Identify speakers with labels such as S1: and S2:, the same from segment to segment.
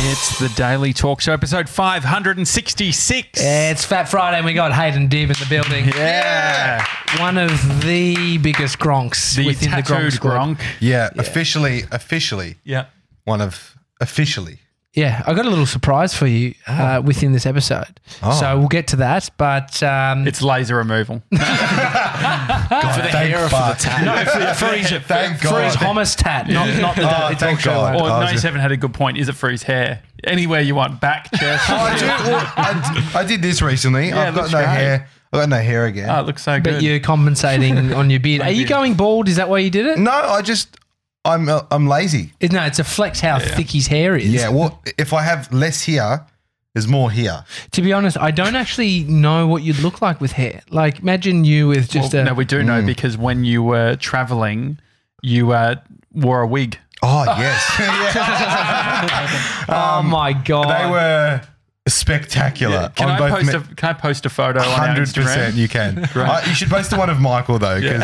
S1: It's the Daily Talk Show, episode 566.
S2: Yeah, It's Fat Friday, and we got Hayden Dibb in the building.
S1: Yeah.
S2: One of the biggest gronks
S1: The
S2: within the
S1: tattooed
S2: gronk squad.
S1: Gronk.
S3: Yeah, officially, officially,
S1: Yeah.
S3: one of officially.
S2: Yeah, I got a little surprise for you uh, within this episode. So we'll get to that. But um,
S1: It's laser removal. no,
S3: for the thank hair or for the
S1: for, for his,
S3: Thank
S2: for his
S3: God.
S2: Thomas tat, not, not the
S3: Oh,
S2: it's
S3: thank
S2: all show
S3: God.
S1: or
S2: one.
S3: I was-
S1: 97 had a good point. Is it for his hair? Anywhere you want, back, chest.
S3: Oh, I, do, well, I, I did this recently. I've got
S1: looks
S3: no
S1: great.
S3: hair. I've got no hair again.
S1: Oh, it looks so
S2: But
S1: good.
S2: you're compensating on your beard. Are you
S1: beard.
S2: going bald? Is that why you did it?
S3: no, I just I'm uh, I'm lazy.
S2: No, it's a flex how thick his hair is.
S3: Yeah. Well, if I have less here, there's more here.
S2: To be honest, I don't actually know what you'd look like with hair. Like, imagine you with just
S1: Well,
S2: a.
S1: no, we do
S3: Mm.
S1: know because when you were traveling, you uh, wore a wig.
S3: Oh yes, Yeah.
S2: oh my god!
S3: they were spectacular
S1: Can
S3: on
S1: I,
S3: both.
S1: post
S3: me-
S1: a, can I post a photo on our
S3: Hundred percent,
S1: Instagram?
S3: you can. Uh, you should post the one of Michael though, because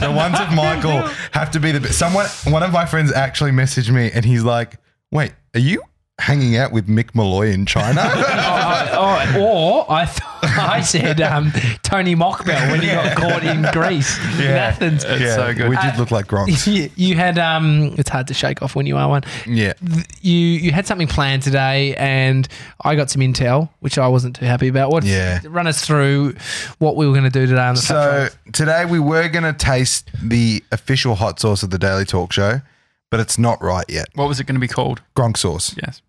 S3: the ones of Michael have to be the. best. Someone, one of my friends actually messaged me, and he's like, "Wait, are you hanging out with Mick Malloy in China?"
S2: Uh, oh, or I, th- I said um, Tony Mockbell when he got caught in Greece, in Athens.
S1: It's so good.
S3: We did look like Gronks.
S2: You, you had um, it's hard to shake off when you are one.
S3: yeah,
S2: Th- You you had something planned today, and I got some intel which I wasn't too happy about. What?
S3: Yeah.
S2: Run us through what we were going to do today on the
S3: So today we were going to taste the official hot sauce of the Daily Talk Show, but it's not right yet.
S1: What was it going to be called?
S3: Gronk sauce.
S1: Yes.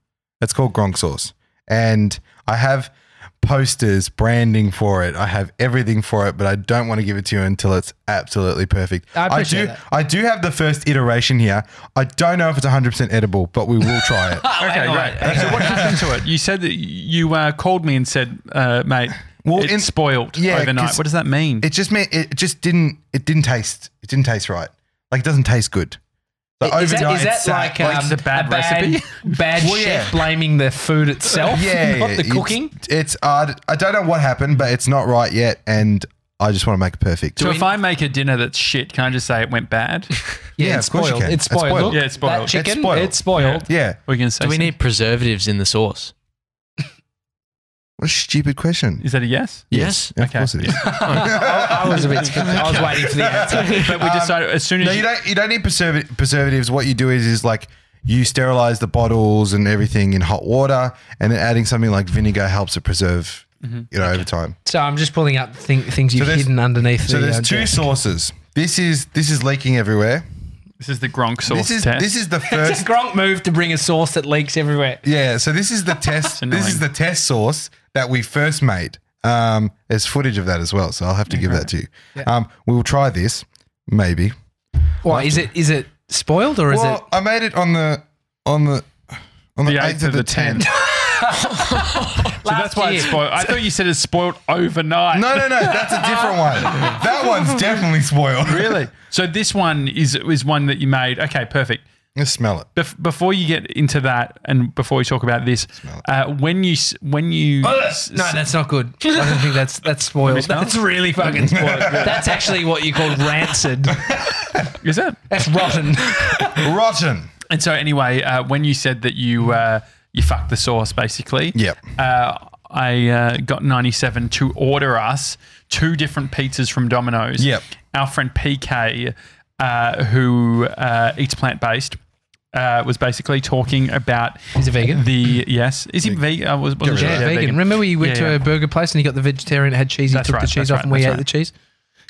S3: It's called Gronk sauce, and I have posters, branding for it. I have everything for it, but I don't want to give it to you until it's absolutely perfect.
S2: I appreciate
S3: do.
S2: that.
S3: I do have the first iteration here. I don't know if it's 100 percent edible, but we will try it.
S1: Okay, great. So what happened to it? You said that you uh, called me and said, uh, "Mate,
S3: Well,
S1: it's
S3: in-
S1: spoiled
S3: yeah,
S1: overnight."
S3: 'cause
S1: What does that mean?
S3: It just meant it just didn't. It didn't taste. It didn't taste right. Like it doesn't taste good. So
S2: Is that,
S3: overnight,
S2: is that
S3: it's sad.
S2: like,
S1: like
S2: um,
S1: it's a bad recipe?
S2: Bad
S3: Well, yeah.
S2: chef blaming the food itself,
S3: yeah,
S2: not the
S3: it's-
S2: cooking.
S3: It's, uh, I don't know what happened, but it's not right yet, and I just want to make it perfect.
S1: so if I make a dinner that's shit, can I just say it went bad?
S2: Yeah,
S3: Yeah,
S2: it's
S3: of course you
S2: spoiled.
S3: can.
S2: It's
S3: It's
S2: spoiled.
S3: spoiled.
S2: Look,
S1: Yeah, it's spoiled.
S2: That
S1: It's
S2: chicken, it's spoiled.
S3: spoiled. yeah,
S1: we can say.
S4: Do we
S1: something.
S4: need preservatives in the sauce?
S3: what a stupid question.
S1: Is that a yes?
S4: Yes.
S3: Yeah,
S1: Okay.
S3: Of course it is.
S2: I was a bit. confused. I was waiting for the answer.
S1: But we decided as soon as
S3: Um, No, you
S1: you-
S3: don't. You don't need preserv- preservatives. What you do is is like you sterilize the bottles and everything in hot water, and then adding something like vinegar helps it preserve. You know, over time.
S2: So I'm just pulling up thing, things you've
S3: there's-
S2: hidden underneath.
S3: So
S2: the,
S3: there's
S2: uh,
S3: two
S2: desk.
S3: sources. This is this is leaking everywhere.
S1: this is the Gronk sauce
S3: This is
S1: test.
S3: this is the
S2: It's
S3: first
S2: a Gronk move to bring a sauce that leaks everywhere.
S3: Yeah, so this is the test. this is the test source that we first made. Um, there's footage of that as well, so I'll have to give that to you. Um, we will try this, maybe.
S2: Why is it? Is it spoiled or is
S3: well, I made it on the on the on
S1: The
S3: the eighth of the
S1: 10th.
S3: tenth.
S2: it?
S1: so that's why it's spoiled. I thought you said it's spoiled overnight.
S3: No, no, no, that's a different one. That one's definitely spoiled.
S1: really. So this one is is one that you made. Okay, perfect.
S3: Just smell it.
S1: Bef- before you get into that, and before we talk about this, uh, when you s- when you
S3: Uh,
S1: s-
S2: No, that's not good. I don't think that's that's spoiled.
S1: smell.
S2: That's really fucking spoiled. That's actually what you call rancid.
S1: is it?
S2: That's rotten.
S3: Rotten.
S1: And so, anyway, uh, when you said that you uh, you fucked the sauce, basically,
S3: Yep.
S1: Uh, I uh, got ninety seven to order us two different pizzas from Domino's.
S3: Yep.
S1: Our friend PK, uh, who uh, eats plant based. Uh, was basically talking about
S2: He's a vegan?
S1: The yes, is he vegan? I was wasn't sure.
S2: Yeah,
S1: if they're
S2: vegan. Remember we went
S1: Yeah,
S2: to
S1: yeah.
S2: a burger place and he got the vegetarian, had cheese, he
S1: That's
S2: took
S1: right,
S2: the cheese
S1: that's
S2: off
S1: right,
S2: and we
S1: that's right.
S2: ate the cheese.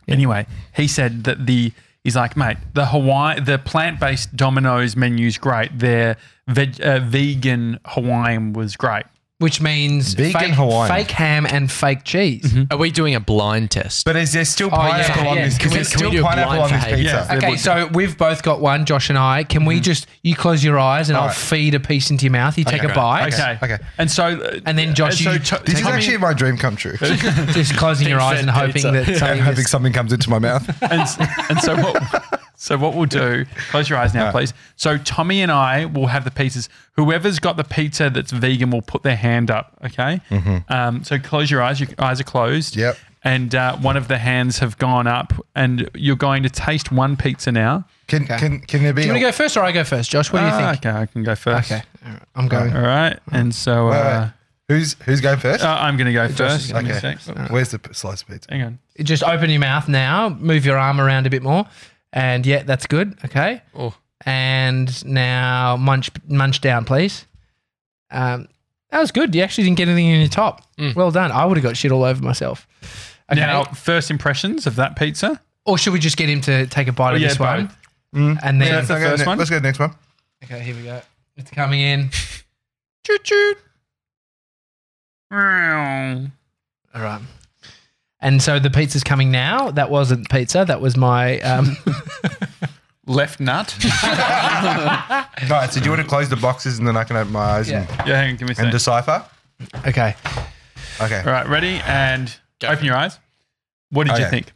S1: Anyway, he said that the he's like, mate, the Hawaii, the plant-based Domino's menu's great. Their veg, uh, vegan Hawaiian was great.
S2: Which means
S3: Vegan
S2: fake,
S3: Hawaiian.
S2: fake ham and fake cheese.
S1: Mm-hmm.
S4: Are we doing a blind test?
S3: But is there still
S2: yeah,
S3: pineapple
S2: yeah.
S3: on this?
S2: Can
S3: Is
S2: we-
S3: there
S2: can
S3: still
S4: we do a
S3: pineapple
S4: blind
S3: on this
S4: for hate?
S3: pizza?
S1: Yeah.
S2: Okay, so we've both got one, Josh and I. Can we just you close your eyes and I'll
S3: right.
S2: feed a piece into your mouth, you take a bite.
S1: Mm-hmm. Okay.
S3: okay.
S1: And so, uh,
S2: And then Josh, you-
S1: to-
S3: This is
S1: Tommy-
S3: actually my dream come true.
S2: Just closing your eyes and hoping that something
S3: I'm hoping something comes into my mouth.
S1: and, s- and so what? So what we'll do? Close your eyes now, please. So Tommy and I will have the pizzas. Whoever's got the pizza that's vegan will put their hand up. Okay. Um, so close your eyes. Your eyes are closed.
S3: Yep.
S1: And uh, one of the hands have gone up, and you're going to taste one pizza now.
S3: Can can can there be?
S2: Do you
S3: a-
S2: want to go first or I go first, Josh? What do you
S1: Ah,
S2: think?
S1: Okay, I can go first.
S2: Okay. I'm going.
S1: All right. And so
S3: Wait, wait.
S1: uh,
S3: who's who's going first?
S1: uh, I'm going to go
S2: Josh
S1: first.
S2: is
S1: Give me a
S3: okay.
S1: sec. Oh,
S3: Where's the p- slice of pizza?
S1: Hang on.
S2: Just open your mouth now. Move your arm around a bit more. And yeah, that's good. Okay.
S4: Oh.
S2: And now munch munch down, please. Um, that was good. You actually didn't get anything in your top. Well done. I would have got shit all over myself. Okay.
S1: Mm. Now, first impressions of that pizza.
S2: or should we just get him to take a bite of
S1: yeah,
S2: this one?
S1: both.
S3: Mm.
S2: And then
S1: That's the
S3: Let's go
S1: first
S3: ne-
S1: one?
S3: Let's go to the next one.
S2: Okay, here we go. It's coming in.
S1: Choo choo. That's
S2: All right. And so the pizza's coming now. That wasn't pizza. That was my. Um,
S1: Left nut.
S3: All right. So do you want to close the boxes and then I can open my eyes and,
S1: yeah, hang on. Give me a
S3: and
S1: sec.
S3: decipher?
S2: okay.
S3: Okay.
S1: All right, ready? And open your eyes. What did you
S3: Okay.
S1: think?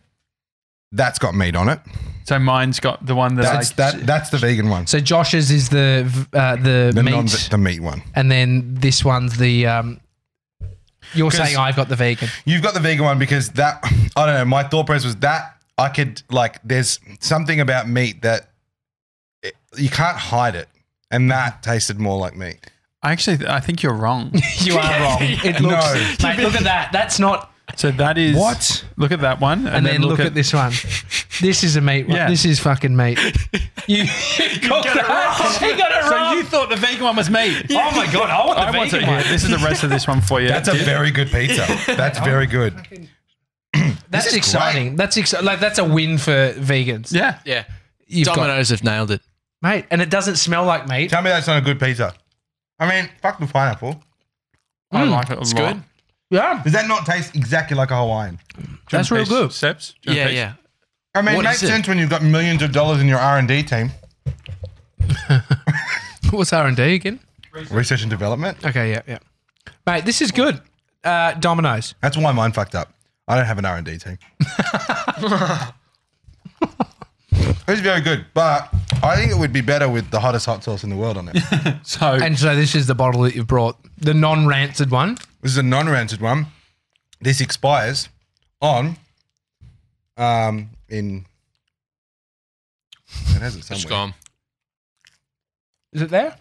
S3: That's got meat on it.
S1: So mine's got the one that
S3: That's
S1: I,
S3: that. That's the vegan one.
S2: So Josh's is the v- uh, the,
S3: The
S2: meat,
S3: non the meat one.
S2: and then this one's the. Um, you're
S3: 'Cause-
S2: saying I've got the vegan.
S3: You've got the vegan one because that I don't know. My thought process was that I could like. There's something about meat that it, you can't hide it, and that tasted more like meat.
S1: I actually I think you're wrong.
S2: You are wrong. It looks.
S3: No.
S2: Mate, look at that. That's not.
S1: so that is
S3: What?
S1: Look at that one, and,
S2: And, then, look at, this one. This is a meat one.
S1: Yeah.
S2: This is fucking meat. You,
S1: got
S2: got
S1: it
S2: that. He got it
S1: So
S2: wrong.
S1: you thought the vegan one was me?
S2: oh my god! I want the
S1: I want to.
S2: vegan one.
S1: yeah, this is the rest of this one for you.
S3: That's a very good pizza. That's
S4: Oh,
S3: very good.
S2: That's
S3: is
S2: exciting. That's exci- like that's a win for vegans.
S1: yeah.
S4: Yeah.
S2: You've got-
S4: Dominoes have nailed it.
S2: mate, and it doesn't smell like meat.
S3: Tell me that's not a good pizza. I mean, fuck the pineapple.
S1: I like it a
S4: It's
S1: lot.
S4: good.
S2: Yeah,
S3: Does that not taste exactly like a Hawaiian?
S2: that's real good.
S1: Steps.
S4: Yeah, yeah.
S3: I mean,
S4: What
S3: it makes
S4: is it?
S3: sense when you've got millions of dollars in your R and D team,
S2: What's R and D again?
S3: research and development.
S2: Okay, yeah, yeah, mate, this is good. Uh, Dominoes.
S3: That's why mine fucked up. I don't have an R and D team. it's very good, but I think it would be better with the hottest hot sauce in the world on it. this
S1: So
S2: And so this is the bottle that you've brought, the non-rancid one.
S3: is a non-rancid one. This expires on um in. It has it
S4: It's
S3: somewhere.
S4: gone.
S2: Is it there?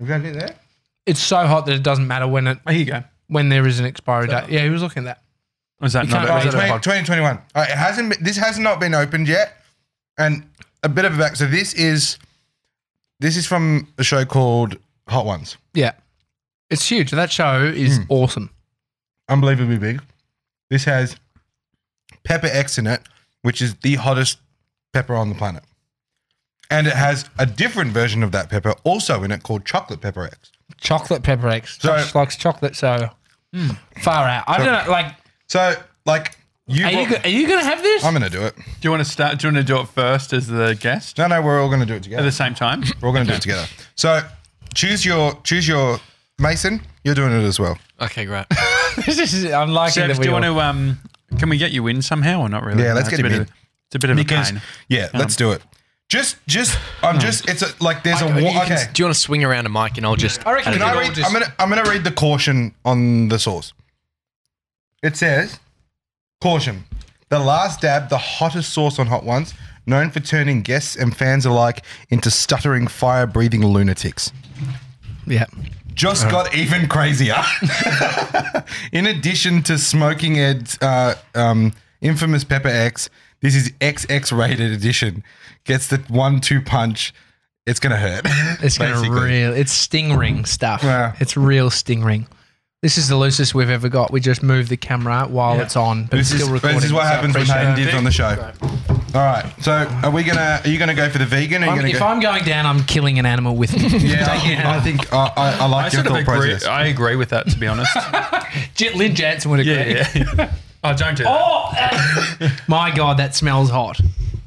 S3: We got it there.
S2: It's so hot that it doesn't matter when it
S1: oh, here you go.
S2: when there is an expiry date. Yeah, he was looking at that.
S1: Was that
S2: can't-
S1: not?
S2: Oh,
S1: Was
S2: it's
S1: that a
S2: made-
S3: 20,
S1: pod-
S3: 2021. All right, it hasn't. Been, this has not been opened yet, and a bit of a back. So this is this is from a show called Hot Ones.
S2: Yeah, it's huge. That show is awesome.
S3: unbelievably big. This has pepper X in it, which is the hottest pepper on the planet. And it has a different version of that pepper also in it called chocolate pepper X.
S2: Chocolate pepper X.
S3: So-
S2: Josh likes chocolate, so far out. I don't know. Like,
S3: So, like, you.
S2: are you
S3: brought-
S2: go- are you gonna have this?
S3: I'm going to do it.
S1: Do you want to start? Do you want to do it first as the guest
S3: No, no, we're all going to do it
S1: at
S3: together.
S1: the same time?
S3: We're all going to do it together. So, choose your, choose your, Mason, you're doing it as well.
S4: Okay, great.
S2: this is I'm liking
S1: Steps,
S2: that
S1: do
S2: we
S1: you
S2: all-
S1: want to? Um, can we get you in somehow or not really?
S3: Yeah, let's
S1: That's
S3: get
S1: a
S3: him
S1: bit
S3: in.
S1: Of, it's a bit of
S3: Because,
S1: a pain.
S3: yeah, let's do it. Just, just, I'm just, it's a, like, there's a
S4: You
S3: wa-
S4: can-
S3: okay.
S4: Do you want to swing around a mic and I'll just.
S2: I reckon-
S4: add a
S3: Can I
S4: bit?
S3: read? I'm gonna I'm gonna read the caution on the sauce. It says, "Caution: The last dab, the hottest sauce on Hot Ones, known for turning guests and fans alike into stuttering, fire-breathing lunatics."
S2: Yeah.
S3: Just got even crazier. In addition to smoking Ed's uh, um, infamous Pepper X, this is XX rated edition. Gets the one-two punch. It's gonna hurt.
S2: It's going to
S3: basically. Mm-hmm.
S2: real. It's sting ring stuff.
S3: Yeah.
S2: It's real sting ring. This is the loosest we've ever got. We just move the camera while it's on, but
S3: This
S2: it's
S3: is,
S2: still recording.
S3: this is what
S2: so I
S3: happens when
S2: appreciate
S3: Hayden
S2: it.
S3: dibs on the show. All right. So are we gonna? Are you gonna go for the vegan? Or are you
S2: I'm-
S3: gonna
S2: if
S3: go?
S2: I'm going down, I'm killing an animal with me.
S3: yeah, I think- I think I, I, I like
S1: I
S3: your
S1: sort of
S3: thought
S1: agree.
S3: process.
S1: I agree with that to be honest.
S2: J- Lynn Jansen would agree.
S1: yeah, yeah. oh, don't do that.
S2: Oh, uh, my God, that smells hot.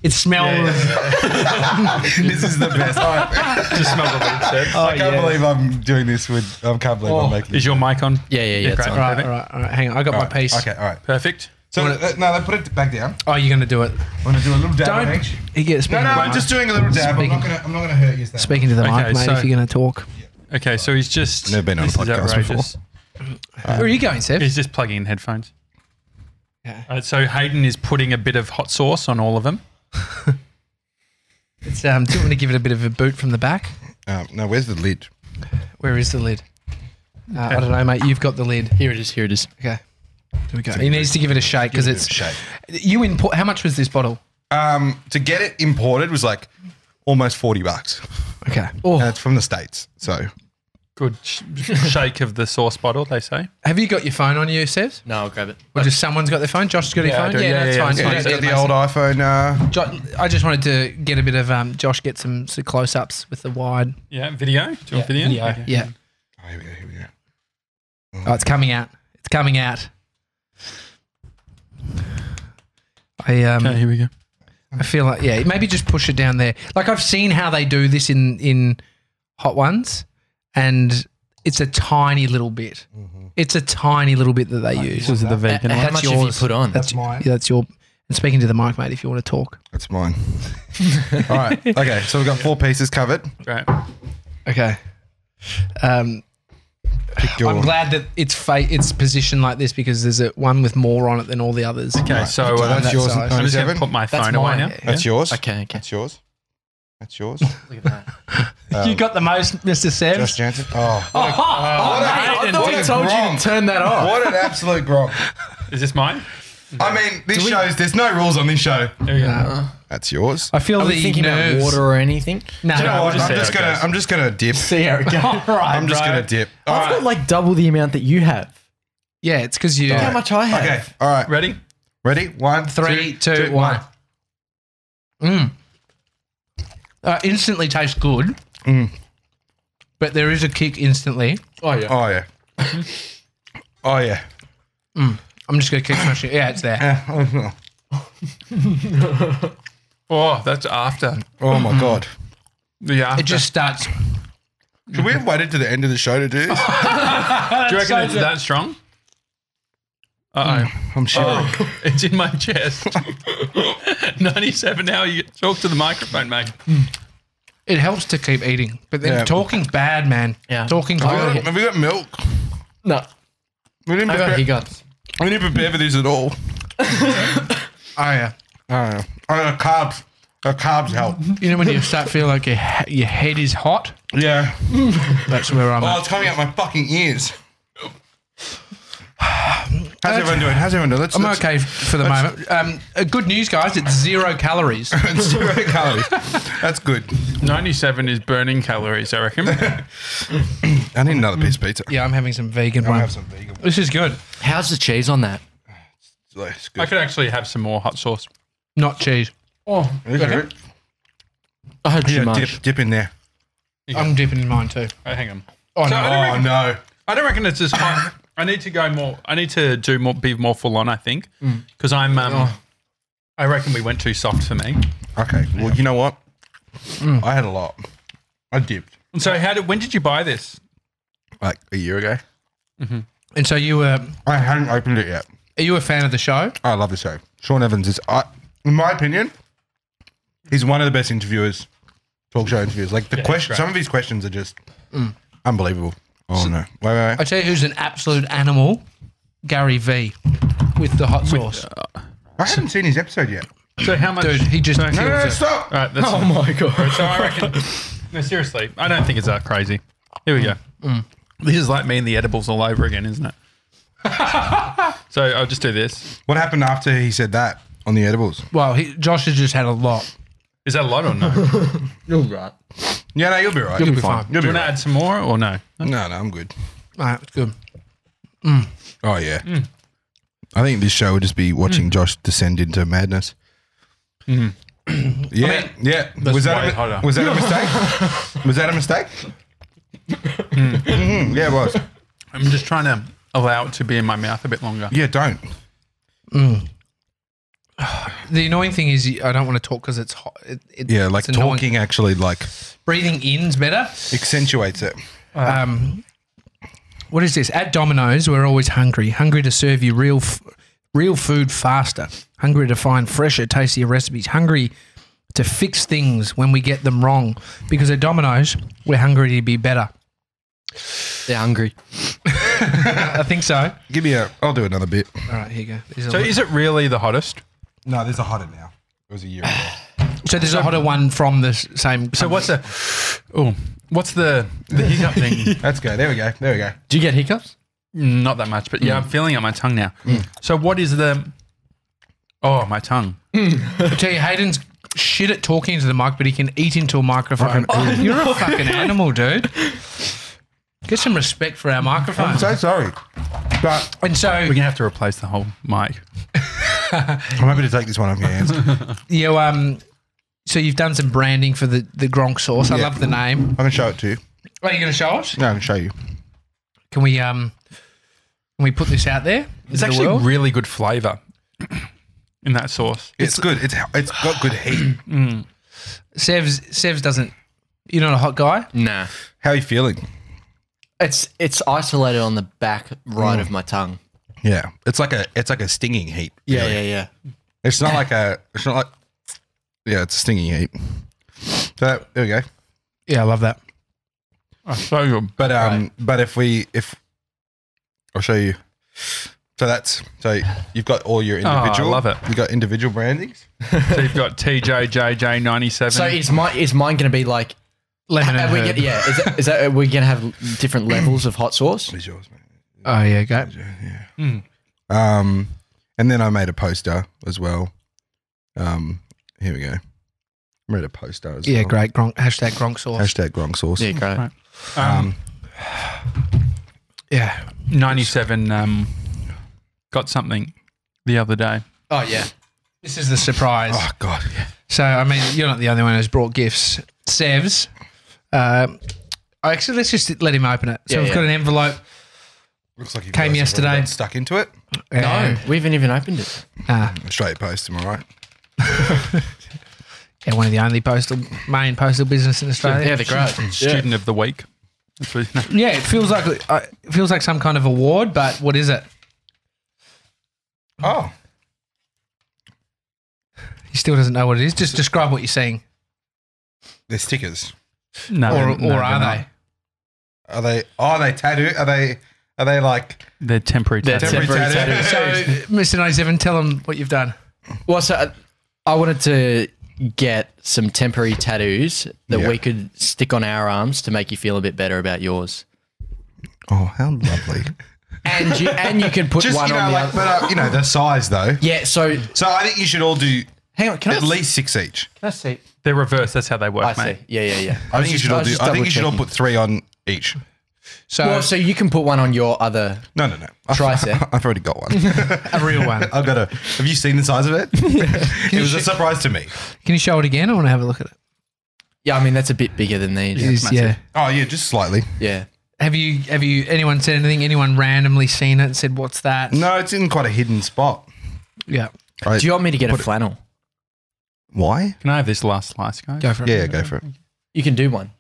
S2: It smells.
S1: Yeah, yeah,
S3: this is the best.
S1: Oh,
S3: All right.
S1: Just smell the lead, Steps.
S2: Oh,
S3: I can't
S2: yeah.
S3: believe I'm doing this with. I can't believe I'm Oh, making.
S1: Is your mic on?
S4: Yeah, yeah, yeah, it's
S1: great.
S4: on.
S2: All right, all right, all right. Hang on. I got
S3: All
S2: my
S3: right,
S2: piece.
S3: Okay. All right.
S1: Perfect.
S3: So uh, no, they put it back down.
S2: Oh, you're going to do it.
S3: I'm gonna do a little dab. on
S2: Don't.
S3: each.
S2: He gets
S3: No, no, I'm just doing a little dab. I'm not gonna. I'm not gonna hurt you. Speak.
S2: speaking to the
S1: Okay,
S2: mic, mate,
S1: so-
S2: if you're going to talk.
S1: Okay, so he's just
S3: Never been on a
S1: this is
S3: podcast before.
S1: outrageous.
S2: Where are you going, Seb?
S1: He's just plugging in headphones.
S2: Yeah.
S1: Uh, so Hayden is putting a bit of hot sauce on all of them.
S2: It's, um, do you want me to give it a bit of a boot from the back?
S3: Um, no, where's the lid?
S2: Where is the lid? Uh, I don't know, mate. You've got the lid.
S4: Here it is. Here it is.
S2: Okay. Here we go. He needs to give it a shake because it's
S3: shake.
S2: You import. How much was this bottle?
S3: Um, to get it imported was like almost 40 bucks.
S2: Okay. Oh,
S3: And it's from the States. So
S1: Good sh- shake of the sauce bottle, they say.
S2: have you got your phone on you, Sev?
S4: No, I'll grab it.
S2: Or just someone's got their phone? Josh's got his
S1: Yeah, I
S2: phone.
S1: do.
S2: yeah,
S1: Yeah,
S2: that's
S1: yeah,
S2: fine.
S1: yeah.
S2: You
S3: yeah,
S2: don't
S3: it's
S2: need
S3: got
S2: it,
S3: the
S2: mate.
S3: old iPhone. Uh,
S2: Jo- I just wanted to get a bit of um, Josh get some, some close ups with the wide.
S1: Yeah, video. Do you want video? Okay.
S2: Yeah.
S3: oh, here we go. Here we go.
S2: Oh, it's coming out. It's coming out. I um,
S1: Okay, here we go.
S2: I feel like yeah, maybe just push it down there. Like I've seen how they do this in in hot ones, and it's a tiny little bit. It's a tiny little bit that they use.
S1: This is the vegan
S4: How
S1: one.
S4: much have you
S2: yours.
S4: put on?
S2: That's mine. Yeah, that's your. And speaking to the mic, mate, if you want to talk.
S3: That's mine. All right. Okay. So we've got four pieces covered.
S1: Great.
S2: Okay. Um,
S3: Pick your.
S2: I'm glad that it's fa- it's positioned like this because there's a one with more on it than all the others.
S1: Okay, so uh,
S3: that's
S1: I'm
S3: yours
S2: side.
S3: at
S2: I'm
S1: just going
S3: 97.
S1: to put my
S4: That's
S1: phone away
S4: mine.
S1: now.
S2: Yeah.
S3: That's yours.
S4: Okay, okay.
S3: That's yours. That's yours.
S4: Look at that.
S2: you got the most, Mister Sev.
S3: Josh Jansen. Oh, what, a,
S2: oh,
S3: mate, I thought we told you to
S2: turn that off.
S3: what an absolute grog.
S1: Is this mine?
S3: I mean, this shows, there's no rules on this show.
S1: There we go.
S3: That's yours.
S2: I feel
S4: Are
S2: the
S4: we thinking
S2: nerves.
S4: about water or anything?
S2: No,
S3: You know
S1: we'll
S3: what?
S1: just
S3: I'm
S1: see
S3: just
S1: how it
S3: gonna,
S1: goes.
S3: I'm just gonna dip.
S5: See how it goes.
S3: I'm just
S1: bro.
S3: gonna dip. All
S5: I've
S3: right.
S5: got like double the amount that you have.
S2: Yeah, it's because you.
S5: Look how much I have.
S3: Okay. All right.
S1: Ready?
S3: Ready? One,
S2: Three, two, one.
S3: two,
S2: Mm. Uh, instantly tastes good. But there is a kick instantly.
S5: Oh yeah.
S3: Oh yeah. oh yeah. Eh,
S2: I'm just going to kick smash it. Yeah, it's there.
S3: oh,
S1: Oh, that's after.
S3: Oh my god.
S1: The after.
S2: It just starts.
S3: Should we have waited to the end of the show to do this?
S1: Do you reckon it's that strong? Uh oh.
S3: I'm sure.
S1: It's in my chest. 97 now. You talk to the microphone, mate.
S2: It helps to keep eating. But then
S3: Yeah.
S2: talking's bad, man.
S4: Yeah.
S2: Talking's
S3: Have, we
S2: horrible.
S3: got, have we got milk?
S5: No.
S3: We didn't,
S4: I got
S3: prepare,
S4: hiccups.
S3: we didn't prepare for this at all.
S2: Oh, yeah.
S3: Oh, yeah. carbs. The carbs help.
S2: You know when you start feeling like your, he- your head is hot?
S3: Yeah.
S2: That's where I'm
S3: Oh,
S2: at.
S3: it's coming out my fucking ears. How's everyone doing? How's everyone doing? Let's,
S2: I'm
S3: let's-
S2: okay f- for the moment. Um, uh, good news, guys. It's zero calories.
S3: It's zero calories. That's good.
S1: 97 is burning calories, I reckon.
S3: I need another piece of pizza.
S2: Yeah, I'm having some vegan
S3: I
S2: one.
S3: have some vegan.
S2: This is good.
S4: How's the cheese on that?
S3: It's
S1: I
S3: good.
S1: could actually have some more hot sauce.
S2: Not cheese.
S1: Oh,
S3: Okay.
S4: I had too
S3: Yeah,
S4: much.
S3: dip, dip in there.
S2: I'm dipping in mine too.
S1: hang on.
S2: Oh,
S1: So
S2: no.
S1: I don't
S3: Oh
S1: reckon,
S3: no.
S1: I don't reckon it's as hot. I need to go more. I need to do more, be more full on, I think. Because I'm, um, I reckon we went too soft for me.
S3: Okay. Well, you know what? I had a lot. I dipped
S1: And so, how did, when did you buy this?
S3: like a year ago.
S2: And so you were,
S3: I hadn't opened it yet.
S2: are you a fan of the show?
S3: I love the show. Sean Evans is, I, in my opinion, he's one of the best interviewers, talk show interviewers. Like the question, some of his questions are just unbelievable. Oh no! Wait, wait,
S2: I
S3: wait.
S2: tell you who's an absolute animal, Gary V, with the hot sauce.
S3: I haven't seen his episode yet.
S1: So, how much?
S2: Dude, he just
S1: So-
S3: No,
S2: kills
S3: no, no,
S2: it.
S3: stop!
S1: All right, uh, that's
S5: Oh my god.
S1: So I reckon. no, seriously, I don't think it's that crazy. Here we go. This is like me and the edibles all over again, isn't it? so I'll just do this.
S3: What happened after he said that on the edibles?
S2: Well, he, Josh has just had a lot.
S1: Is that a lot or no? Do you want
S5: You're right.
S3: Yeah, no, you'll be right. You'll, be, fine. You'll be
S1: to
S3: right.
S1: add some more or no?
S3: No, no, I'm good.
S2: All right, it's good.
S3: Oh yeah.
S1: Mm.
S3: I think this show would just be watching Josh descend into madness.
S1: Mm-hmm.
S3: yeah, yeah. Was
S1: way
S3: that,
S1: hotter.
S3: a, was that a mistake? was that a mistake?
S1: Mm.
S3: Mhm, Yeah, it was.
S1: I'm just trying to allow it to be in my mouth a bit longer.
S3: Yeah, don't.
S2: The annoying thing is you- I don't want to talk because it's hot. It, it,
S3: Yeah, like
S2: it's annoying.
S3: talking actually like
S2: Breathing in's better.
S3: accentuates it.
S2: Um, what is this? At Domino's, we're always hungry. Hungry to serve you real, f- real food faster. Hungry to find fresher, tastier recipes. Hungry to fix things when we get them wrong. Because at Domino's, we're hungry to be better.
S4: They're hungry.
S2: I think so. All
S3: Give me a. I'll do another bit.
S2: right, here you go. These are
S1: So
S2: li-
S1: is it really the hottest?
S3: No, there's a hotter now. It was a year ago.
S2: So there's a hotter one from the s- same.
S1: So what's the oh what's the the hiccup thing?
S3: Let's go. There we go. There we go.
S4: Do you get hiccups?
S1: mm, Not that much, but yeah, I'm feeling it on my tongue now. So what is the oh my tongue?
S2: I tell you, Hayden's shit at talking to the mic, but he can eat into a microphone. You're a fucking animal, dude. Get some respect for our microphone.
S3: I'm so sorry. But
S2: and so
S1: We're gonna have to replace the whole mic.
S3: I'm happy to take this one off your hands. I'm
S2: you um, so you've done some branding for the the Gronk sauce. I
S3: Yeah.
S2: love the name.
S3: going to show it to you.
S2: Are you going to show us?
S3: No, I'm going to show you.
S2: Can we um, can we put this out there?
S1: It's actually really good flavour in that sauce.
S3: It's, good. It's it's got good heat.
S2: Sev's Sev's doesn't. You're not a hot guy.
S4: Nah.
S3: How are you feeling?
S4: It's it's isolated on the back right of my tongue.
S3: Yeah, it's like a it's like a stinging heat.
S4: Yeah, yeah, yeah.
S3: It's not like a it's not like yeah, it's a stinging heat. So there we go.
S2: Yeah, I love that.
S1: Oh, so good.
S3: But um, but if we if I'll show you. So that's so you've got all your
S1: I
S3: individual.
S1: love it.
S3: You got individual brandings.
S1: So you've got TJJJ97.
S4: So is my is mine going to be like?
S2: Lemon and
S4: Are we
S2: herb.
S4: gonna, yeah, is that, is that are we going to have different levels of hot sauce?
S3: Is yours, man.
S2: Oh yeah, go.
S3: Um, and then I made a poster as well. Um, here we go. I made a poster as
S2: Yeah,
S3: well.
S2: great. Gronk, hashtag Gronk sauce.
S3: Hashtag Gronk sauce.
S4: Yeah, great.
S1: um,
S2: yeah.
S1: 97 um, got something the other day.
S4: Oh yeah,
S2: This is the surprise.
S3: Oh god. Yeah.
S2: So, I mean, you're not the only one who's brought gifts. Sev's. Uh, actually, let's just let him open it. So,
S4: Yeah,
S2: we've got
S4: yeah.
S2: an envelope.
S3: Looks like you
S2: Came
S3: guys have
S2: yesterday.
S3: already got Stuck into it.
S4: no,
S2: and-
S4: we haven't even opened it.
S2: Ah,
S3: Straight post. Am I right?
S2: yeah, one of the only postal, main postal business in Australia.
S4: Yeah, they're great.
S1: Student of the week. That's really-
S2: Yeah, it feels like uh, it feels like some kind of award, but what is it?
S3: Oh,
S2: He still doesn't know what it is. Just describe what you're seeing,
S3: they're stickers.
S1: no,
S2: or,
S1: they're-
S2: or
S1: no, they're
S2: are
S1: not.
S2: they?
S3: Are they? Are they tattoo? Are they? Are they like
S1: They're temporary.
S4: They're
S1: tattoos.
S3: temporary,
S4: Temporary
S3: tattoos?
S2: So, Mr. 97, tell them what you've done.
S4: Well, so uh, I wanted to get some temporary tattoos that
S3: Yeah.
S4: we could stick on our arms to make you feel a bit better about yours.
S3: Oh, how lovely!
S4: And you and you can put
S3: Just
S4: one
S3: you know,
S4: on the
S3: like,
S4: other.
S3: but uh, you know, the size though.
S4: yeah, so
S3: So I think you should all do
S4: hang on, can
S3: at
S4: I
S3: least six each.
S4: Can I see?
S1: They're reversed. That's how they work,
S4: I see.
S1: mate.
S4: Yeah, yeah, yeah.
S3: I think you should all do.
S4: just
S3: I think you should all
S4: double-checking.
S3: put three on each.
S2: So,
S4: Well, so you can put one on your other.
S3: No, no, no. I've-
S4: Tricep.
S3: I've already got one.
S2: a real one.
S3: I've got a. Have you seen the size of it? it was a surprise to me.
S2: Can you show it again? I want to have a look at it.
S4: Yeah, I mean that's a bit bigger than these.
S2: It
S4: Yeah.
S2: is, yeah.
S3: Oh yeah, just slightly.
S2: Have you have you anyone said anything? Anyone randomly seen it and said, "What's that?"
S3: No, it's in quite a hidden spot.
S2: Yeah.
S4: Do you want me to get a flannel?
S3: Why?
S1: Can I have this last slice, guys?
S2: Go for it.
S3: Yeah, go for it.
S4: You can do one.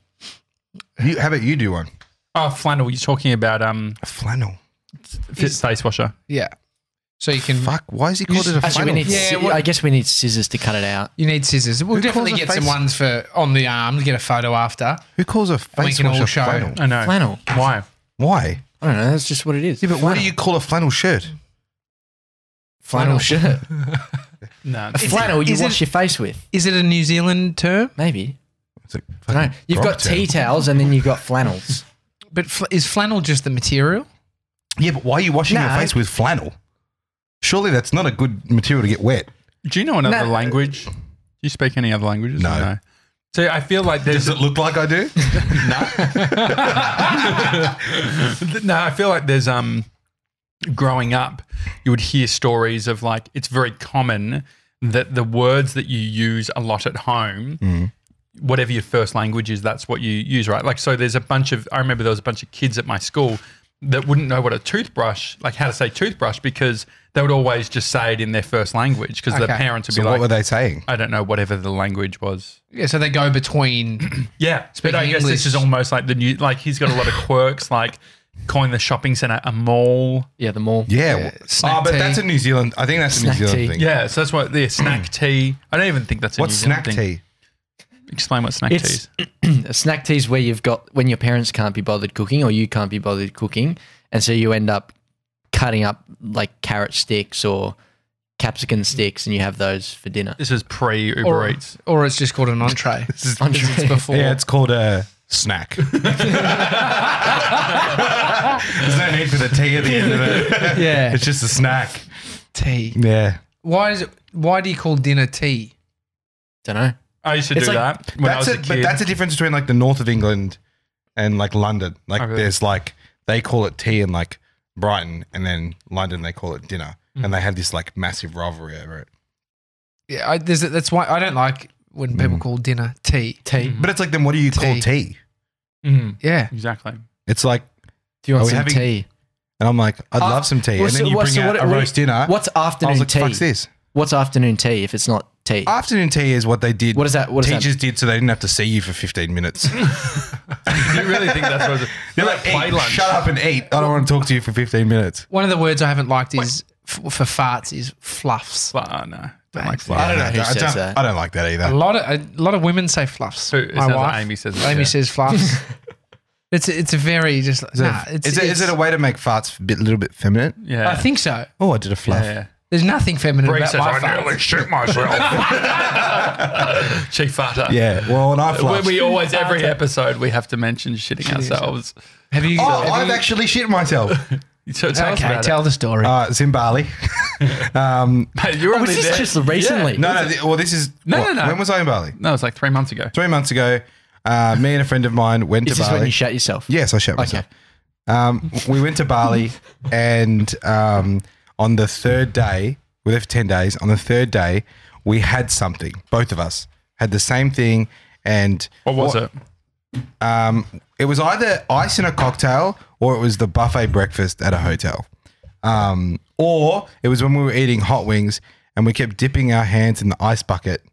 S3: You, how about you do one?
S1: Oh, flannel. You're talking about um,
S3: A flannel.
S1: fit face washer.
S2: Yeah. So you can.
S3: Fuck. Why is he called it a
S4: Actually, we
S3: flannel?
S4: need.
S2: Yeah,
S4: sci-
S2: what-
S4: I guess we need scissors to cut it out.
S2: You need scissors. We'll
S3: Who
S2: definitely
S3: calls a
S2: get some
S3: face-
S2: ones for on the arm to get a photo after.
S3: Who calls a
S2: we
S3: face
S2: can
S3: wash
S2: all
S3: a
S2: show.
S3: flannel?
S1: I know.
S4: Flannel.
S1: Why?
S3: Why?
S4: I don't know. That's just what it is.
S3: Yeah, but what do you call a flannel shirt?
S4: flannel shirt?
S1: No.
S4: A flannel you
S2: is it-
S4: wash your face with?
S2: Is it a New Zealand term?
S4: Maybe.
S3: It's a
S4: I don't
S3: fucking
S4: know. You've got
S3: grog term.
S4: tea towels and then you've got flannels.
S2: But fl- is flannel just the material?
S3: Yeah, but why are you washing your
S4: No.
S3: face with flannel? Surely that's not a good material to get wet.
S1: Do you know another
S4: No.
S1: language? Do you speak any other languages?
S3: No.
S1: So I feel like there's
S3: Does it look like I do?
S1: no. I feel like there's um, growing up, you would hear stories of like it's very common that the words that you use a lot at home,
S3: Mm-hmm.
S1: whatever your first language is, that's what you use, right? Like so, there's a bunch of I remember there was a bunch of kids at my school that wouldn't know what a toothbrush, like how to say toothbrush, because they would always just say it in their first language because
S2: Okay.
S1: their parents would
S3: so
S1: be
S3: what
S1: like,
S3: were they saying?
S1: I don't know, whatever the language was.
S2: Yeah. So they go between.
S1: Yeah,
S2: Speaking
S1: but I guess
S2: English.
S1: this is almost like the new. Like he's got a lot of quirks, like calling the shopping center a mall.
S4: Yeah, the more.
S3: Yeah. w-
S2: snack
S3: oh, but
S2: tea.
S3: that's a New Zealand. I think that's a New
S4: Snack
S3: Zealand
S4: tea.
S3: thing.
S1: Yeah, so that's what the snack tea. I don't even think that's a
S3: What's
S1: New Zealand
S3: snack
S1: thing.
S3: tea?
S1: Explain what snack tea
S4: It's
S1: is.
S4: a snack tea is where you've got when your parents can't be bothered cooking or you can't be bothered cooking, and so you end up cutting up like carrot sticks or capsicum sticks and you have those for dinner.
S1: This is pre Uber
S2: Or,
S1: Eats.
S2: or it's just called an entree. Because it's before.
S3: Yeah, it's called a snack. There's no need for the tea at the end of it.
S2: Yeah.
S3: It's just a snack.
S2: tea.
S3: Yeah.
S2: Why is it? Why do you call dinner tea?
S4: Don't know.
S1: I used to do
S4: It's like-
S1: that when I
S3: that's
S1: was
S3: a,
S1: a, kid.
S3: But that's a difference between like the north of England and like London. Like
S1: Oh, really?
S3: there's like they call it tea in like Brighton, and then London they call it dinner,
S1: Mm.
S3: and they have this like massive rivalry over it.
S2: Yeah, I, there's, a- that's why I don't like when people
S3: Mm.
S2: call dinner tea.
S4: Tea.
S1: Mm.
S3: But it's like then what do you call
S2: Tea.
S3: tea?
S1: Mhm.
S2: Yeah.
S1: Exactly.
S3: It's like,
S4: Do you
S3: Are
S4: want
S3: we
S4: some
S3: having-
S4: tea?
S3: and I'm like, I'd love some tea,
S4: Uh, Well,
S3: and then
S4: so
S3: you
S4: what-
S3: bring
S4: so
S3: out
S4: what-
S3: a
S4: what-
S3: roast dinner.
S4: What's
S3: I
S4: afternoon
S3: was like,
S4: tea?
S3: fuck's this?
S4: What's afternoon tea if it's not tea?
S3: Afternoon tea is what they did.
S4: What is that- what is that?
S3: teachers did so they didn't have to see you for 15 minutes.
S1: Do you really think that's what it's
S3: They're like, "Eat, shut up and eat. I don't want to talk to you for 15 minutes.
S2: One of the words I haven't liked is f- for farts is fluffs.
S1: But, uh, no, don't like
S3: I
S1: fly.
S3: don't know.
S4: who
S3: I
S4: says
S3: don't,
S4: that?
S3: I don't like that
S2: A
S3: either.
S2: lot of a lot of women say fluffs.
S1: Who- it sounds like Amy says it,
S2: Amy
S1: yeah.
S2: says fluffs. it's it's a very just like, nah. It's,
S3: Is it, is it a way to make farts a bit, little bit feminine?
S1: Yeah.
S2: I think so.
S3: Oh, I did a fluff.
S1: Yeah.
S2: There's nothing feminine
S1: Bree
S2: about
S1: says,
S2: my
S1: I
S2: farts.
S1: nearly shit myself. she farted.
S3: Yeah, well, and I
S1: When
S3: fluffed.
S1: we always, every episode, we have to mention shitting ourselves.
S2: Have you?
S3: oh,
S2: have
S3: I've
S2: you-
S3: actually shit myself.
S1: So tell us
S2: okay,
S1: about
S2: tell the story.
S3: Uh, it's in Bali. um,
S1: it. Mate, you were only
S4: Was this
S1: there-
S4: just recently?
S3: no, no. th- Well, this is.
S1: No,
S3: what?
S1: no, no.
S3: When was I in Bali?
S1: No, it's like three months ago.
S3: Three months ago, uh, me and a friend of mine went
S4: Is
S3: to
S4: this
S3: Bali.
S4: when you shat yourself?
S3: yes, I shit myself. Um, we went to Bali, and um, on the third day, we left 10 days. On the third day, we had something. Both of us had the same thing. And
S1: What was it?
S3: um, it was either ice in a cocktail or it was the buffet breakfast at a hotel. Um, or it was when we were eating hot wings and we kept dipping our hands in the ice bucket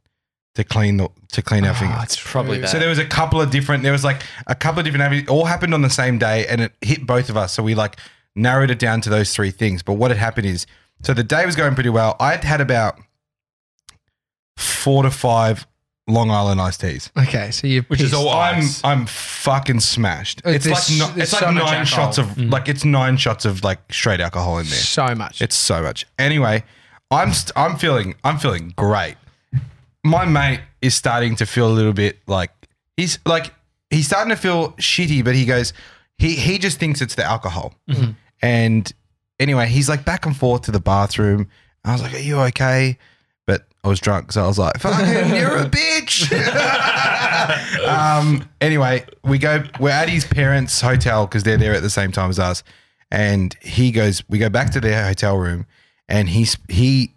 S3: to clean the, to clean
S2: Ah,
S3: our
S1: Oh,
S3: fingers.
S4: It's probably that.
S3: So there was a couple of different. There was like a couple of different. avenues- It all happened on the same day, and it hit both of us. So we like narrowed it down to those three things. But what had happened is, so the day was going pretty well. I'd had about four to five Long Island iced teas.
S2: okay, so you
S1: Which is all
S3: I'm
S1: ice.
S3: I'm fucking smashed.
S2: It's
S3: It's,
S2: this-
S3: like no,
S2: this
S3: it's like
S2: so
S3: nine
S2: much alcohol. Mm.
S3: shots of like it's nine shots of like straight alcohol in there.
S2: so much.
S3: It's so much. Anyway, I'm st- I'm feeling I'm feeling great. My mate is starting to feel a little bit like he's like he's starting to feel shitty, but he goes he he just thinks it's the alcohol.
S2: Mm-hmm.
S3: And anyway, he's like back and forth to the bathroom. I was like, "Are you okay?" But I was drunk, so I was like, "Fucking, you're a bitch." um, anyway, we go. We're at his parents' hotel because they're there at the same time as us. And he goes. We go back to their hotel room, and he sp- he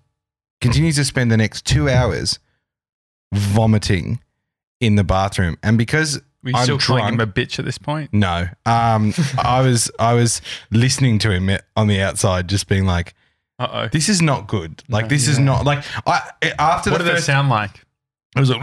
S3: continues to spend the next two hours vomiting in the bathroom. And because
S1: We
S3: I'm
S1: still calling
S3: drunk-
S1: him a bitch at this point.
S3: no. Um, I was I was listening to him on the outside, just being like,
S1: Uh oh.
S3: "This is not good. Like this is not like." I after
S1: What
S3: the
S1: did that
S3: first,
S1: sound like?
S3: I was like,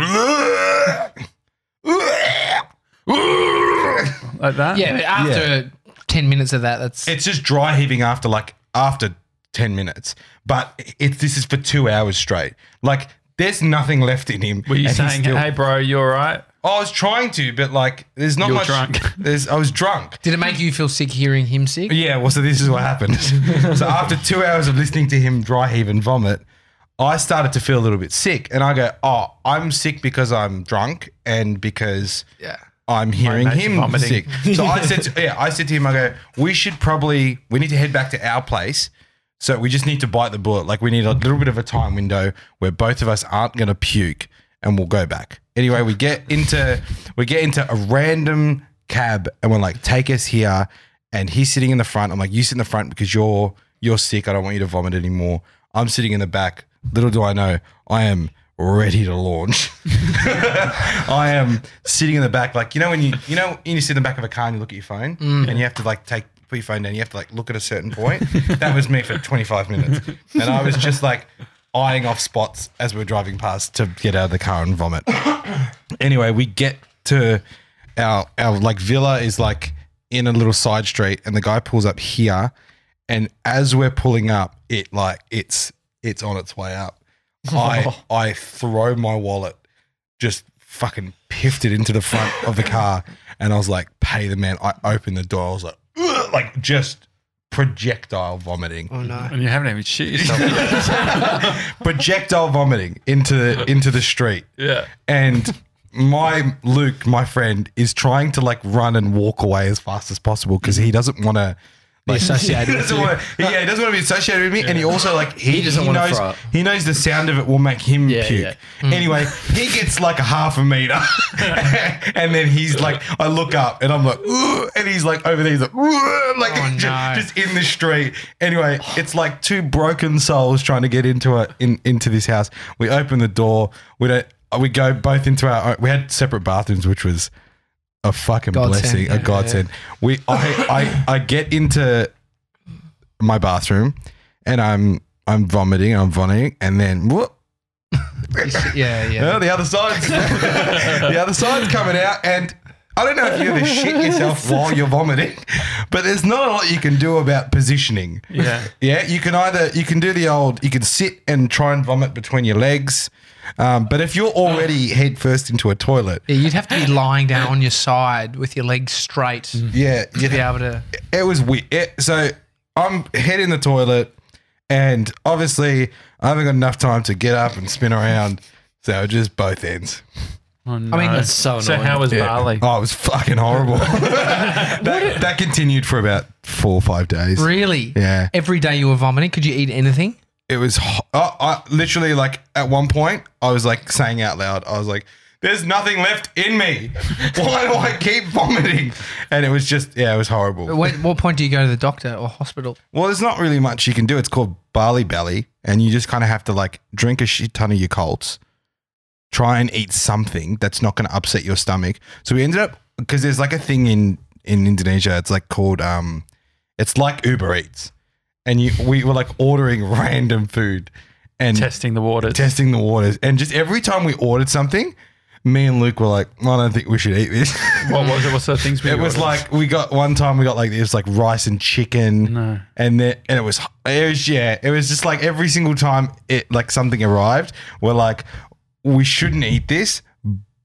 S1: Like that?
S2: yeah, but after ten minutes of that, that's
S3: it's just dry heaving after like after ten minutes, but it's this is for two hours straight. Like there's nothing left in him.
S1: Were you
S3: and he's
S1: saying,
S3: still-
S1: hey, bro, you all right?
S3: I was trying to, but like there's not
S1: You're
S3: much.
S1: drunk.
S3: There's I was drunk.
S2: Did it make you feel sick hearing him sick?
S3: Yeah, well, so this is what happened. so after two hours of listening to him dry heave and vomit, I started to feel a little bit sick, and I go, "Oh, I'm sick because I'm drunk and because
S2: Yeah.
S3: I'm hearing
S1: mate's
S3: him
S1: vomiting.
S3: sick." So I said, to, "Yeah, I said to him, I go, we should probably we need to head back to our place." So we just need to bite the bullet. Like we need a little bit of a time window where both of us aren't going to puke, and we'll go back. Anyway, we get into we get into a random cab, and we're like, "Take us here." And he's sitting in the front. I'm like, "You sit in the front because you're you're sick. I don't want you to vomit anymore." I'm sitting in the back. Little do I know, I am ready to launch. I am sitting in the back, like you know when you you know when you sit in the back of a car and you look at your phone and you have to like take put your phone down, you have to like look at a certain point. that was me for 25 minutes, and I was just like eyeing off spots as we were driving past to get out of the car and vomit. anyway, we get to our our like villa is like in a little side street, and the guy pulls up here, and as we're pulling up, it like it's it's on its way up. I I throw my wallet, just fucking piffed it into the front of the car, and I was like, "Pay the man." I opened the door. I was like, "Ugh," like just projectile vomiting.
S2: Oh no.
S1: And you haven't even shit yourself. yet.
S3: projectile vomiting into the into the street.
S1: yeah.
S3: And my Luke, my friend, is trying to like run and walk away as fast as possible because he doesn't want to like,
S2: associated
S3: he
S2: with
S3: doesn't
S2: you.
S3: wanna- yeah, he doesn't want to be associated with me, and he also like he,
S4: He doesn't
S3: he
S4: wanna
S3: knows
S4: throw up.
S3: he knows the sound of it will make him
S4: Yeah,
S3: puke.
S4: yeah. Mm.
S3: Anyway, he gets like a half a meter, and then he's like, I look up and I'm like, "Ugh," and he's like over there, he's like, "Ugh," like
S2: Oh,
S3: ju-
S2: no.
S3: just, in the street. Anyway, it's like two broken souls trying to get into it in, into this house. We open the door. We don't. uh, We go both into our. own- We had separate bathrooms, which was a fucking
S2: Godsend,
S3: blessing,
S2: yeah.
S3: a godsend. We, I, I, I get into my bathroom, and I'm, I'm vomiting, I'm vomiting, and then whoop,
S2: Yeah, yeah.
S3: Oh, the other side's the other side's coming out, and I don't know if you ever shit yourself while you're vomiting, but there's not a lot you can do about positioning.
S1: Yeah.
S3: Yeah, you can either you can do the old you can sit and try and vomit between your legs, um, but if you're already head first into a toilet,
S2: Yeah, you'd have to be lying down on your side with your legs straight to
S3: yeah, you
S2: be able to.
S3: it was weird. It, so I'm head in the toilet, and obviously I haven't got enough time to get up and spin around, so just both ends.
S1: Oh, no.
S2: mean, that's
S4: so
S1: So
S4: annoying.
S1: how was Bali?
S3: Oh, it was fucking horrible. that, that continued for about four or five days.
S2: Really?
S3: Yeah.
S2: Every day you were vomiting. Could you eat anything?
S3: It was ho- oh, I, literally like at one point, I was like saying out loud, I was like, there's nothing left in me. Why do I keep vomiting? And it was just, yeah, it was horrible.
S2: What, what point do you go to the doctor or hospital?
S3: Well, there's not really much you can do. It's called barley belly, and you just kind of have to like drink a shit ton of your colts, try and eat something that's not going to upset your stomach. So we ended up because there's like a thing in in Indonesia. It's like called um, it's like Uber Eats, and you we were like ordering random food and
S1: Testing the waters.
S3: testing the waters, and just every time we ordered something, me and Luke were like, I don't think we should eat this.
S1: what was it? What sort of things were
S3: It
S1: you
S3: was
S1: ordering?
S3: like we got one time we got like it was like rice and chicken, and then and it was it was yeah it was just like every single time it like something arrived we're like we shouldn't eat this,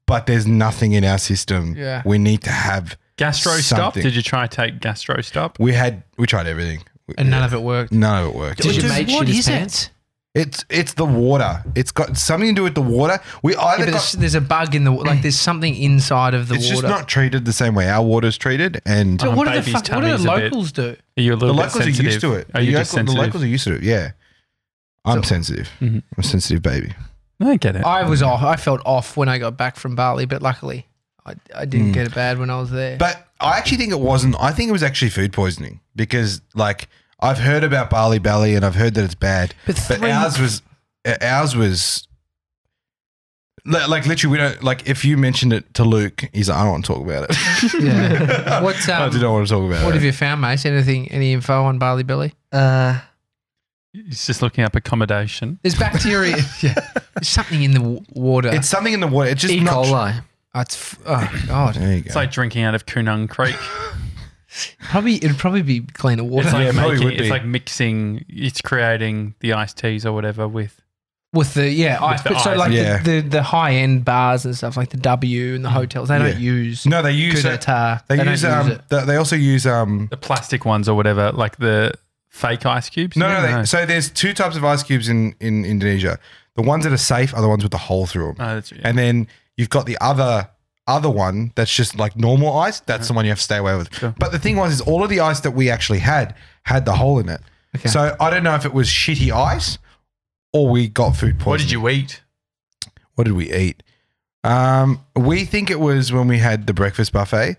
S3: but there's nothing in our system.
S2: Yeah.
S3: we need to have
S1: gastro stop.
S3: something.
S1: Did you try to take gastro stop?
S3: we had we tried everything. We-
S2: And none of it worked.
S3: None of it worked.
S4: Did your
S2: Dude,
S4: mate
S2: what
S4: shit his
S2: is it?
S4: pants?
S3: It's it's the water. It's got something to do with the water. We
S2: Yeah,
S3: either
S2: but
S3: got,
S2: there's, there's a bug in the wa- like. There's something inside of the
S3: it's
S2: water.
S3: just not treated the same way our water's treated, and
S2: But what do the
S1: Baby's
S2: fuck? What do the
S1: tummy's a bit-
S2: locals do?
S1: Are you a little
S3: the
S1: bit
S3: locals are
S1: sensitive?
S3: used to it.
S1: Are you
S3: The
S1: just
S3: local- the
S1: sensitive?
S3: locals are used to it. Yeah, I'm sensitive. I'm a sensitive baby.
S1: I get it.
S2: I was off. I felt off when I got back from Bali, but luckily, I, I didn't get it bad when I was there.
S3: Mm. But I actually think it wasn't. I think it was actually food poisoning because, like, I've heard about Bali Belly and I've heard that it's bad.
S2: But
S3: But,
S2: three-
S3: ours was, uh, ours was, li- like, literally, we don't like. If you mentioned it to Luke, he's like, I don't want to talk about it.
S2: yeah. What's
S3: I do
S2: um,
S3: not want to talk about
S2: what
S3: it.
S2: have you found, mate? Anything? Any info on Bali Billy?
S4: Uh,
S1: He's just looking up accommodation.
S2: There's bacteria. yeah. There's something in the w- water.
S3: it's something in the water. It's just
S4: e.
S3: not.
S4: coli.
S2: Oh, it's f- oh god.
S3: There you go.
S1: It's like drinking out of Kunung Creek.
S2: Probably it'd probably be cleaner water
S1: It's like
S3: Yeah, probably
S1: making,
S3: would
S1: it's
S3: be.
S1: like mixing, it's creating the iced teas or whatever with.
S2: with the yeah. ice,
S1: the
S2: but so
S1: ice.
S2: like
S3: Yeah.
S2: the, the, the high end bars and stuff like the W and the hotels they
S3: Yeah.
S2: don't use
S3: no, they use
S2: coup
S3: it.
S2: d'etat.
S3: They,
S2: don't
S3: use um.
S2: it.
S3: th- they also use um.
S1: the plastic ones or whatever, like the fake ice cubes.
S3: No, no, they, so there's two types of ice cubes in, in Indonesia. The ones that are safe are the ones with the hole through them.
S1: Oh, that's- yeah.
S3: And then you've got the other other one that's just like normal ice. That's the one you have to stay away with.
S1: Sure.
S3: But the thing was, is all of the ice that we actually had had the hole in it.
S2: Okay.
S3: So I don't know if it was shitty ice or we got food poisoning.
S1: what did you eat?
S3: What did we eat? Um, we think it was when we had the breakfast buffet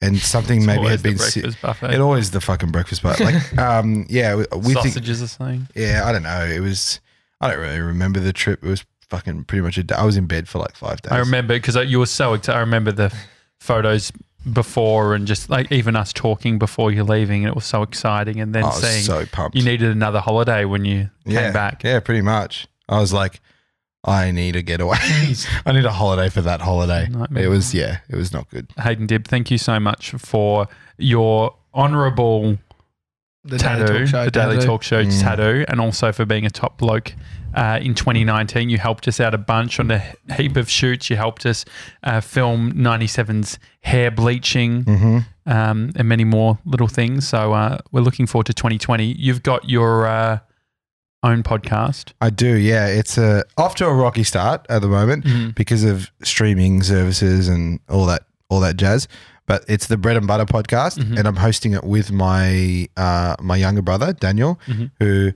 S3: and something maybe
S1: always
S3: had
S1: the
S3: been
S1: breakfast
S3: sick.
S1: buffet.
S3: It always the fucking breakfast buffet. Like, um, yeah, we, we think
S1: Sausages are saying.
S3: yeah, I don't know. It was I don't really remember the trip. It was fucking pretty much a day. I was in bed for like five days.
S1: I remember because you were so excited. I remember the photos before and just like even us talking before you're leaving, and it was so exciting. And then
S3: I Oh, was
S1: seeing
S3: so pumped.
S1: you needed another holiday when you
S3: yeah,
S1: came back.
S3: Yeah, pretty much. I was like, I need a getaway. I need a holiday for that holiday.
S1: Nightmare.
S3: It was yeah, it was not good.
S1: Hayden Dibb, thank you so much for your honourable
S2: The
S1: tattoo,
S2: Daily Talk Show,
S1: the Daily
S2: tattoo.
S1: Talk Show
S3: Mm.
S1: tattoo, and also for being a top bloke uh, in 2019. You helped us out a bunch on a
S3: Mm.
S1: heap of shoots. You helped us uh, film 97's hair bleaching. um, and many more little things. So uh, we're looking forward to 2020. You've got your uh, own podcast.
S3: I do, yeah. It's a, off to a rocky start at the moment
S1: Mm-hmm.
S3: because of streaming services and all that all that jazz. But it's the bread and butter podcast,
S1: Mm-hmm.
S3: and I'm hosting it with my uh, my younger brother Daniel, who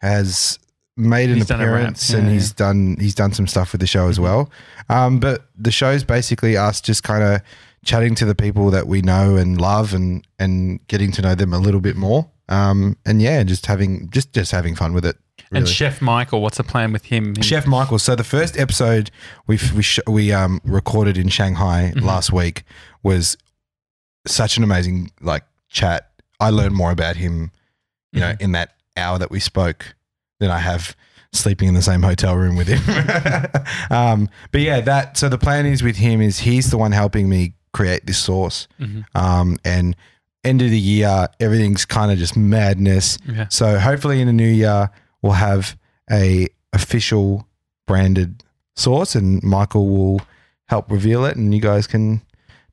S3: has made
S1: Mm-hmm.
S3: an
S1: He's done a rap,
S3: appearance and
S1: yeah, Mm-hmm.
S3: he's done he's done some stuff with the show as well. Um, but the show's basically us just kind of chatting to the people that we know and love, and and getting to know them a little bit more. Um, and yeah, just having just just having fun with it.
S1: And
S3: really.
S1: Chef Michael, what's the plan with him?
S3: Chef Michael. So the first episode we we sh- we um recorded in Shanghai last week was such an amazing like chat. I learned more about him, you know, in that hour that we spoke than I have sleeping in the same hotel room with him. um, but yeah, that so the plan is with him is he's the one helping me create this source.
S1: Mhm.
S3: Um, and end of the year, everything's kind of just madness.
S1: Yeah.
S3: So hopefully in the new year we'll have a official branded source and Michael will help reveal it and you guys can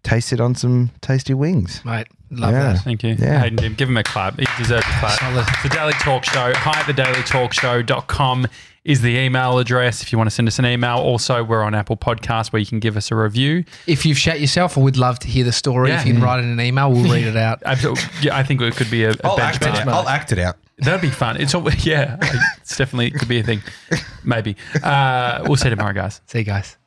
S3: taste it on some tasty wings.
S2: Mate, love
S3: Yeah.
S2: that.
S1: Thank you.
S3: Yeah.
S1: Hayden Jim, give him a clap. He deserves a clap.
S2: Solid.
S1: The Daily Talk Show, hi at thedailytalkshow.com is the email address if you want to send us an email. Also, we're on Apple Podcasts where you can give us a review.
S2: If you've shat yourself, I would love to hear the story.
S1: Yeah.
S2: If you
S3: Mm.
S2: can write it in an email, we'll read it out.
S1: Absolutely. Yeah, I think it could be a, a benchmark.
S3: I'll act it out.
S1: That'd be fun. It's all, yeah, it's definitely it could be a thing. Maybe. Uh, we'll see you tomorrow, guys.
S2: See you guys.